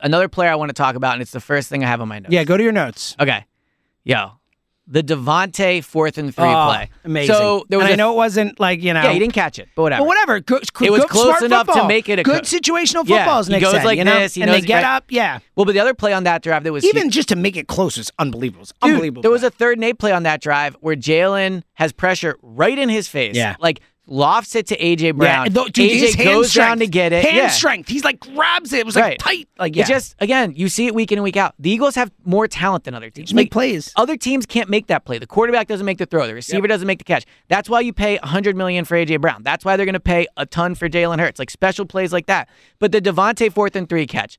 another player I want to talk about, and it's the first thing I have on my notes. Yeah, go to your notes. Okay. Yo, the Devonte fourth and three Oh, play. Amazing. So there was and I a- know it wasn't like, you know. Yeah, he didn't catch it, but whatever. But whatever, good, It was good, close smart enough to football. make it a good co- situational Yeah, football. is he Nick goes said, like you know? this, he and knows they get exact- up. Yeah, Well, but the other play on that drive that was even just to make it close is unbelievable. It's Dude, unbelievable. There was a third and eight play on that drive where Jalen has pressure right in his face. Yeah. Like lofts it to AJ Brown. Yeah, though, dude, AJ his hand goes strength, down to get it. Hand yeah. strength. He's like grabs it. It was like Right. tight. Like It yeah, just again, you see it week in and week out. The Eagles have more talent than other teams. Just make Like, plays. Other teams can't make that play. The quarterback doesn't make the throw. The receiver doesn't make the catch. That's why you pay 100 million for AJ Brown. That's why they're going to pay a ton for Jalen Hurts. Like special plays like that. But the Devontae fourth and three catch.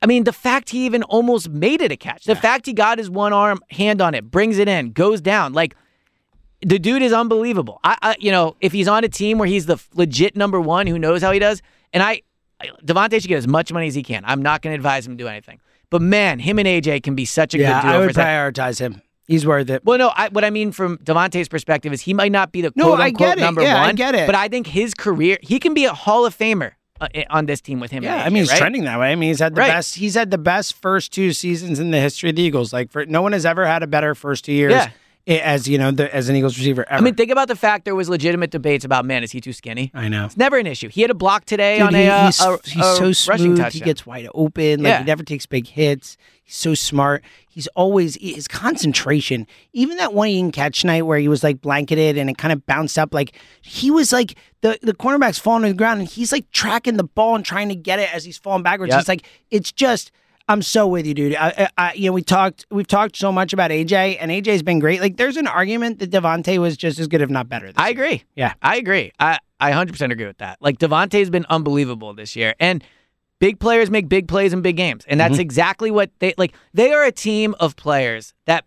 I mean, the fact he even almost made it a catch. The fact he got his one arm hand on it, brings it in, goes down. Like the dude is unbelievable. I, I you know, if he's on a team where he's the f- legit number one, who knows how he does, and I, I Devontae should get as much money as he can. I'm not going to advise him to do anything, but man, him and AJ can be such a good yeah. duo. I for would a second. prioritize him. He's worth it. well, no, I, what I mean from Devontae's perspective is he might not be the No, quote I unquote get it. number Yeah, I one, get it. but I think his career, he can be a Hall of Famer uh, on this team with him. and Yeah, I AJ, mean he's right? trending that way. I mean he's had the Right. best. He's had the best first two seasons in the history of the Eagles. Like for no one has ever had a better first two years. Yeah. i- As you know, the, as an Eagles receiver I ever. mean, think about the fact there was legitimate debates about man, is he too skinny? I know. It's never an issue. He had a block today Dude, on he- a, uh, he's, a- he's a so rushing smooth. He touchdown. gets wide open. Like Yeah. he never takes big hits. He's so smart. He's always he- his concentration. Even that one he didn't catch night where he was like blanketed and it kind of bounced up. Like he was like the the cornerback's falling to the ground and he's like tracking the ball and trying to get it as he's falling backwards. Yep. It's like it's just. I'm so with you, dude. I, I, I, you know, we talked, we've talked so much about AJ, and AJ's been great. Like, there's an argument that Devontae was just as good, if not better. This I year. agree. Yeah. I agree. I, I 100% agree with that. Like, Devontae's been unbelievable this year. And big players make big plays in big games. And that's Mm-hmm. exactly what they like. They are a team of players that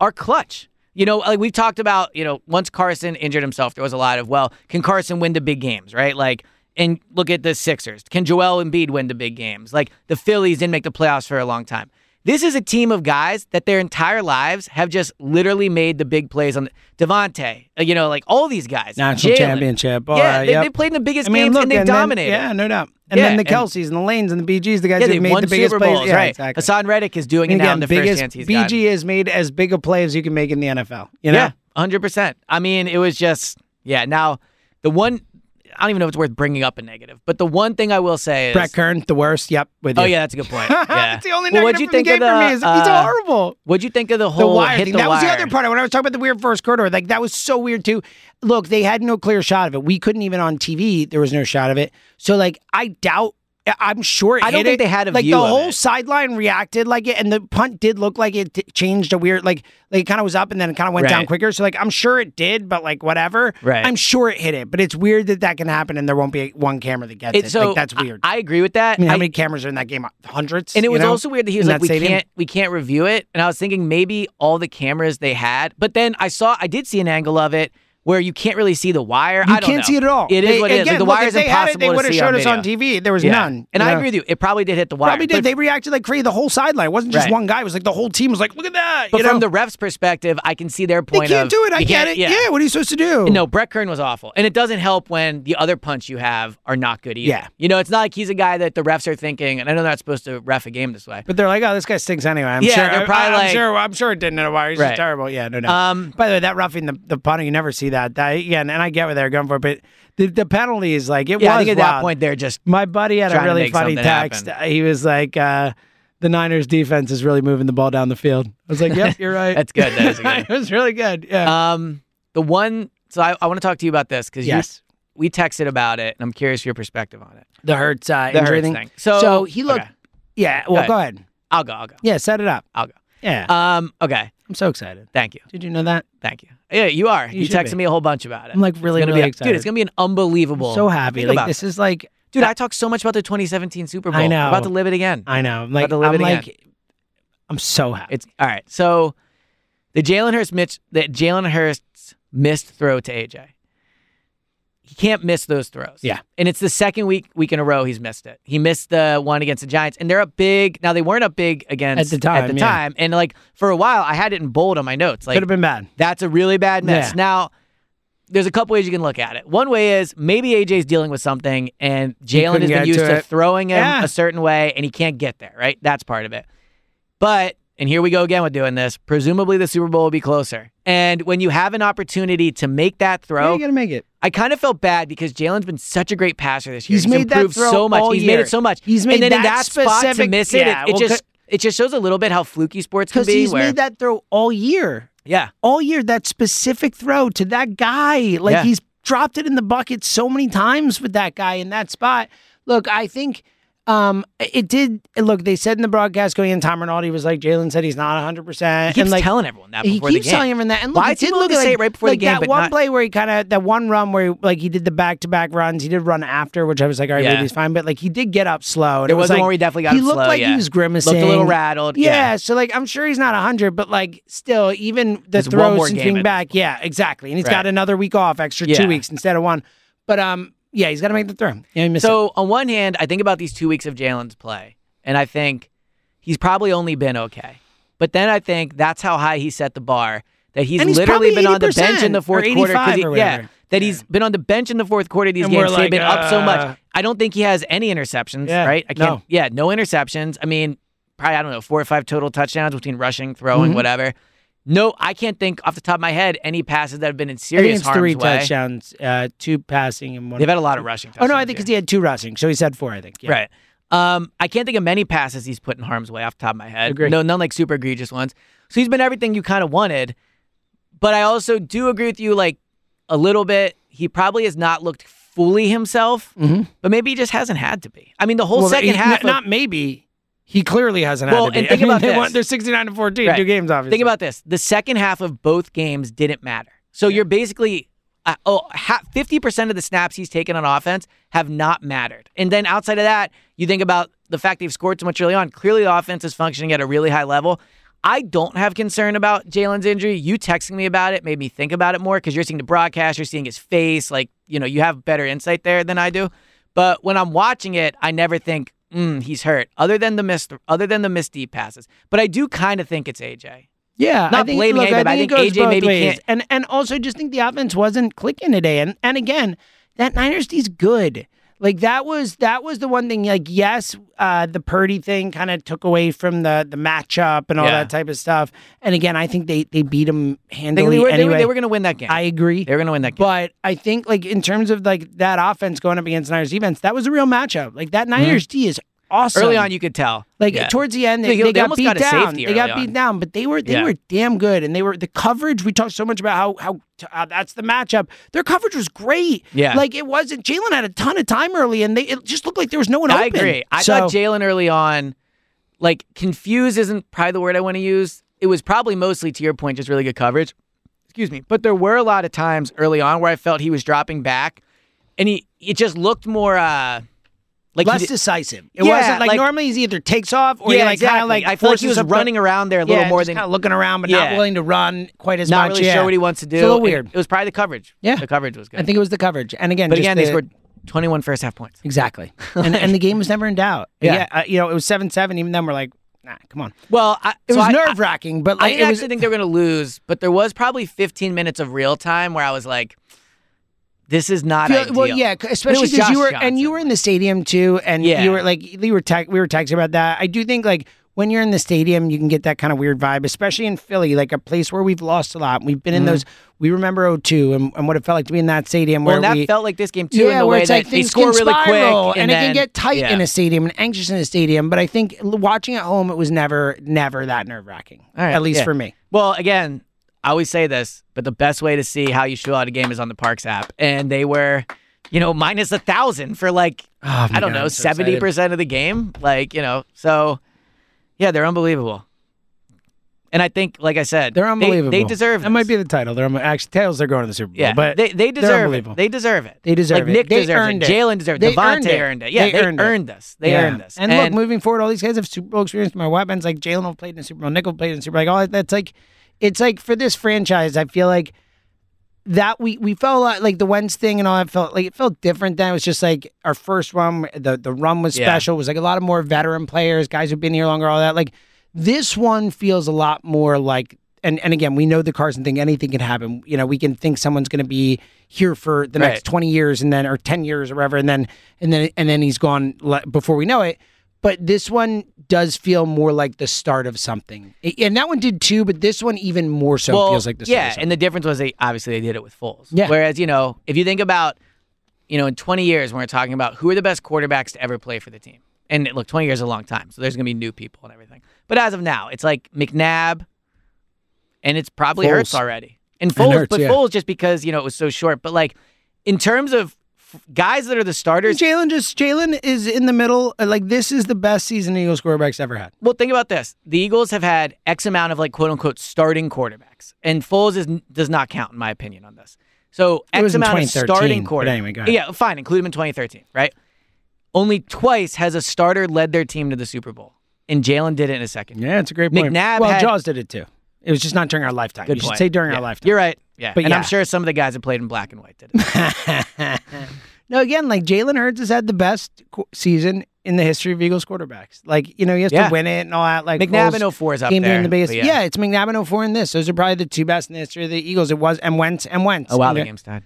are clutch. You know, like we've talked about, you know, once Carson injured himself, there was a lot of, well, can Carson win the big games, right? Like, and look at the Sixers. Can Joel Embiid win the big games? Like, the Phillies didn't make the playoffs for a long time. This is a team of guys that their entire lives have just literally made the big plays on the, Devontae, uh, you know, like all these guys. National Jalen. championship. All yeah, right, they, yep. they played in the biggest I mean, games look, and they and then- dominated. yeah, no doubt. And Yeah, then the and- Kelseys and the Lanes and the BGs, the guys Yeah, who they have made won the biggest Super plays. Bowls, yeah, right? exactly. Hassan Reddick is doing and it now again, on the biggest first chance he's BG gotten. has made as big a play as you can make in the NFL. You know, Yeah, hundred percent. I mean, it was just yeah. Now the one I don't even know if it's worth bringing up a negative, but the one thing I will say is Brett Kern, the worst. Yep, with oh you. yeah, that's a good point. Yeah. That's the only Well, negative what'd you from think the game of for the, me. Is, it's uh, horrible. What'd you think of the The whole wire Oh, hit thing. the that was the wire? other part. When I was talking about the weird first quarter, like that was so weird too. Look, they had no clear shot of it. We couldn't even on TV. There was no shot of it. So like, I doubt. I- I'm sure. It I don't hit think it. they had a like view the of whole it. sideline reacted like it, and the punt did look like it t- changed a weird like like it kind of was up and then it kind of went down Right. quicker. So like, I'm sure it did, but like whatever. Right. I'm sure it hit it, but it's weird that that can happen and there won't be one camera that gets it. It- so like, that's I- weird. I, I, agree with that. mean, how I- many cameras are in that game? Hundreds. and it you was know? also weird that he was in like, that "We stadium? can't, we can't review it." And I was thinking maybe all the cameras they had, but then I saw, I did see an angle of it where you can't really see the wire. You I don't can't know. see it at all. It is They- what it is. again, Like, the look, wire if is they had it, impossible they to would have see showed us video. on TV. There was Yeah. none. And you I know? agree with you. It probably did hit the wire. Probably but did. They reacted like crazy. The whole sideline. It wasn't just Right. one guy. It was like the whole team was like, "Look at that!" But you from know? the ref's perspective, I can see their they point. can't of, do it. I you get can't- it. Yeah. What are you supposed to do? No, Brett Kern was awful, and it doesn't help when the other punts you have are not good either. Yeah. you know, it's not like he's a guy that the refs are thinking, and I know they're not supposed to ref a game this way. But they're like, "Oh, this guy stinks anyway." I'm Yeah, sure. they're I- probably I, am like- sure. I'm sure it didn't know why. He's just Right. terrible. Yeah. No. No. Um, By the way, that roughing the the punter, you never see that. That again, and I get what they're going for, but the, the penalty is like it Yeah, was I think at wild. that point they're just My buddy had a Trying to really make funny something text. happen. He was like, uh, "The Niners defense is really moving the ball down the field." I was like, "Yep, you're right." That's good. That is a good- it was really good. Yeah. um the one. So I, I want to talk to you about this because Yes. we texted about it, and I'm curious your perspective on it. the Hurts uh, The injury Hurts thing. thing. So, he looked. okay. Yeah. Go Well, ahead. go ahead. I'll go. I'll go. Yeah, set it up. I'll go. Yeah. Um. Okay. I'm so excited. Thank you. Did you know that? Thank you. Yeah, you are. You You, should texted be. me a whole bunch about it. I'm like really, It's gonna really be a- excited. dude. It's gonna be an unbelievable. so happy. Think Like about this is like, Dude, I talked so much about the 2017 Super Bowl. I know. I'm about to live it again. I know. I'm like, to live I'm it again. like, I'm so happy. It's all right. So the Jalen Hurst mitch that Jalen Hurst's missed throw to AJ. He can't miss those throws. Yeah. And it's the second week week in a row he's missed it. He missed the one against the Giants. And they're up big. Now they weren't up big against At the time, yeah. time. And like for a while I had it in bold on my notes. Like Could have been bad. that's a really bad miss. Yeah. Now, there's a couple ways you can look at it. One way is maybe AJ's dealing with something and Jalen couldn't has get been used to to it. throwing him Yeah. a certain way and he can't get there, right? That's part of it. But, and here we go again with doing this, presumably the Super Bowl will be closer. And when you have an opportunity to make that Yeah, throw, you gotta make it. I kind of felt bad because Jalen's been such a great passer this year. He's made that improved throw so much. all he's made year. it so much. He's made and then in that that spot to specific- miss yeah, it, it well, just it just shows a little bit how fluky sports can Because be. he's where- made that throw all year. yeah, all year that specific throw to that guy. Like Yeah. he's dropped it in the bucket so many times with that guy in that spot. Look, I think um it did look, they said in the broadcast going in, Tom Rinaldi was like, Jalen said he's not hundred he percent. keeps And like telling everyone that he before keeps the game. telling everyone that. And look, Why it is he did willing look to like, say it right before the like game, That but one not- play where he kind of that one run where he, like he did the back to back runs. He did run after, which I was like, all right, Yeah. maybe he's fine. But like he did get up slow. And There it was was one like, where he definitely got he up looked slow, like yeah. he was grimacing, Looked a little rattled. yeah, so like I'm sure he's not 100, but like still, even the It's one throws more since game being at this back, yeah, exactly. And he's got Right. another week off, extra Yeah. two weeks instead of one. But um, yeah, he's got to make the throw. Yeah, he missed it. So on one hand, I think about these two weeks of Jalen's play, and I think he's probably only been okay. But then I think that's how high he set the bar that he's, And he's literally probably been on the 80% bench in the fourth or quarter. 85 he- or yeah, whatever. that he's been on the bench in the fourth quarter of these And we're games. so like, they've been up so uh, much. I don't think he has any interceptions. Yeah, right? I no. Yeah, no interceptions. I mean, probably I don't know four or five total touchdowns between rushing, throwing, Mhm. whatever. No, I can't think off the top of my head any passes that have been in I think serious it's three harm's way. touchdowns, uh, two passing and one. They've had a lot of rushing. oh no, I touchdowns think here. because he had two rushing, so he's had four. I think. Yeah. Right. Um, I can't think of many passes he's put in harm's way off the top of my head. Agree. No, none like super egregious ones. So he's been everything you kind of wanted. But I also do agree with you, like a little bit. He probably has not looked fully himself, Mhm. but maybe he just hasn't had to be. I mean, the whole Well, second he- half. of- Not maybe. He clearly hasn't Well, had to be. and think I mean, about they this. won- they're 69 to 14, Right. two games obviously. think about this: the second half of both games didn't matter. So you're basically. Uh, oh, fifty percent of the snaps he's taken on offense have not mattered, and then outside of that, you think about the fact they've scored so much early on. Clearly, the offense is functioning at a really high level. I don't have concern about Jalen's injury. You texting me about it made me think about it more because you're seeing the broadcast, you're seeing his face. Like you know, you have better insight there than I do. But when I'm watching it, I never think mm, he's hurt, other than the missed, other than the missed deep passes. But I do kind of think it's AJ. Yeah, I Not think, blaming look, anybody, I but think, I it think goes AJ both maybe ways. can't- And and also just think the offense wasn't clicking today. And and again, that Niners D's good. Like that was that was the one thing. Like yes, uh, the Purdy thing kind of took away from the the matchup and all Yeah. that type of stuff. And again, I think they they beat him They, handily they were, anyway. going to win that game. I agree. they were going to win that game. But I think like in terms of like that offense going up against Niners defense, that was a real matchup. Like that Niners D is awesome. Mm-hmm. Early on, you could tell. Like Yeah. towards the end, they, They- they they got almost beat got a down. safety They got early beat on. down, but they were they Yeah. were damn good, and they were the coverage. We talked so much about how how t- uh, that's the matchup. Their coverage was great. Yeah. like it wasn't. Jalen had a ton of time early, and they it just looked like there was no one I open. agree. I So- thought Jalen early on, like confused isn't probably the word I want to use. It was probably mostly to your point, just really good coverage. Excuse me. But there were a lot of times early on where I felt he was dropping back, and he it just looked more uh like he less did- decisive. It Yeah, wasn't like, like- normally he's either takes off or yeah, he like exactly. kind of like I feel like forces he was up the- running around there a little yeah, more just than kinda looking around, but not Yeah. willing to run quite as not much. really yeah. sure what he wants to do. a little and weird. It was probably the coverage. Yeah. the coverage was good. I think it was the coverage, and again, but just again, they the- scored 21 first half points. exactly, and and the game was never in doubt. Yeah. uh, you know it was seven seven. Even then, we're like, nah, come on. Well, I, It so was I- nerve wracking, but I like, didn't it was, actually think they were going to lose, but there was probably 15 minutes of real time where I was like, "This is not feel- ideal." well, yeah, c- especially because Josh you were and Johnson. you were in the stadium too, and Yeah. you were like you were tec- we were texting about that. I do think like when you're in the stadium, you can get that kind of weird vibe, especially in Philly, like a place where we've lost a lot. We've been Mm. in those. We remember 02 and, and what it felt like to be in that stadium Well, where and that we. felt like this game too in yeah, the where way it's that like they things score can really spiral quick, and, it can then- get tight yeah. in a stadium and anxious in a stadium. But I think l- watching at home, it was never, never that nerve wracking. All right, at least yeah. for me. Well, again, I always say this, but the best way to see how you shoot out a game is on the Parks app, and they were, you know, minus a thousand for like I don't know seventy percent of the game, like you know, so yeah, they're unbelievable. And I think, like I said, They're they- unbelievable. They, deserve That might this. be the title. They're unbe- actually Tails. They're going to the Super Bowl. Yeah, but they they deserve unbelievable. it. They deserve it. They deserve like it. Nick They deserves earned it. it. Jalen deserves They it. Devontae earned it. earned it. Yeah, They they, earned earned, it. this. They Yeah. earned this. And, look, moving forward, all these guys have Super Bowl experience. My white man's like Jalen will played in the Super Bowl. Nickel played in the Super Bowl. Like all that, that's like, it's like for this franchise, I feel like that we we felt a lot like the Wentz thing and all that felt like it felt different then. It was just like our first run, the the run was Yeah. special. It was like a lot of more veteran players, guys who've been here longer, all that. Like this one feels a lot more like and and again, we know the Carson thing. Anything can happen. You know, we can think someone's going to be here for the Right. next twenty years, and then or ten years or whatever, and then and then and then he's gone le- before we know it. But this one does feel more like the start of something, I- and that one did too. But this one even more so well, feels like the start yeah, of something. and the difference was they obviously they did it with Foles. Yeah. Whereas you know if you think about, you know, in 20 years when we're talking about who are the best quarterbacks to ever play for the team, and look, 20 years is a long time, so there's gonna be new people and everything. But as of now, it's like McNabb, and it's probably Foles. Hurts already, and Foles, Hurts, but yeah. Foles just because you know it was so short. But like in terms of f- guys that are the starters, Jalen just Jalen is in the middle. uh, Like this is the best season Eagles quarterbacks ever had. Well, think about this. The Eagles have had X amount of like quote unquote starting quarterbacks, and Foles is, does not count in my opinion on this. So It X was in amount of 2013, starting but quarterbacks. anyway, go ahead. Yeah, fine. Include him in 2013, right? Only twice has a starter led their team to the Super Bowl, and Jalen did it in a second. Yeah, it's a great point. McNabb well, had- Jaws did it too. It was just not during our lifetime. Good you point. should say during Yeah. our lifetime. You're right. Yeah, But and I'm yeah. sure some of the guys that played in black and white did it. no, again, like Jalen Hurts has had the best qu- season in the history of Eagles quarterbacks. Like you know, he has Yeah. to win it and all that. Like McNabb Foles in 04 is up came there. in the biggest. but Yeah. it's McNabb and 04 and this. Those are probably the two best in the history of the Eagles. It was and Wentz and Wentz. Oh wow, And the the- game's tied.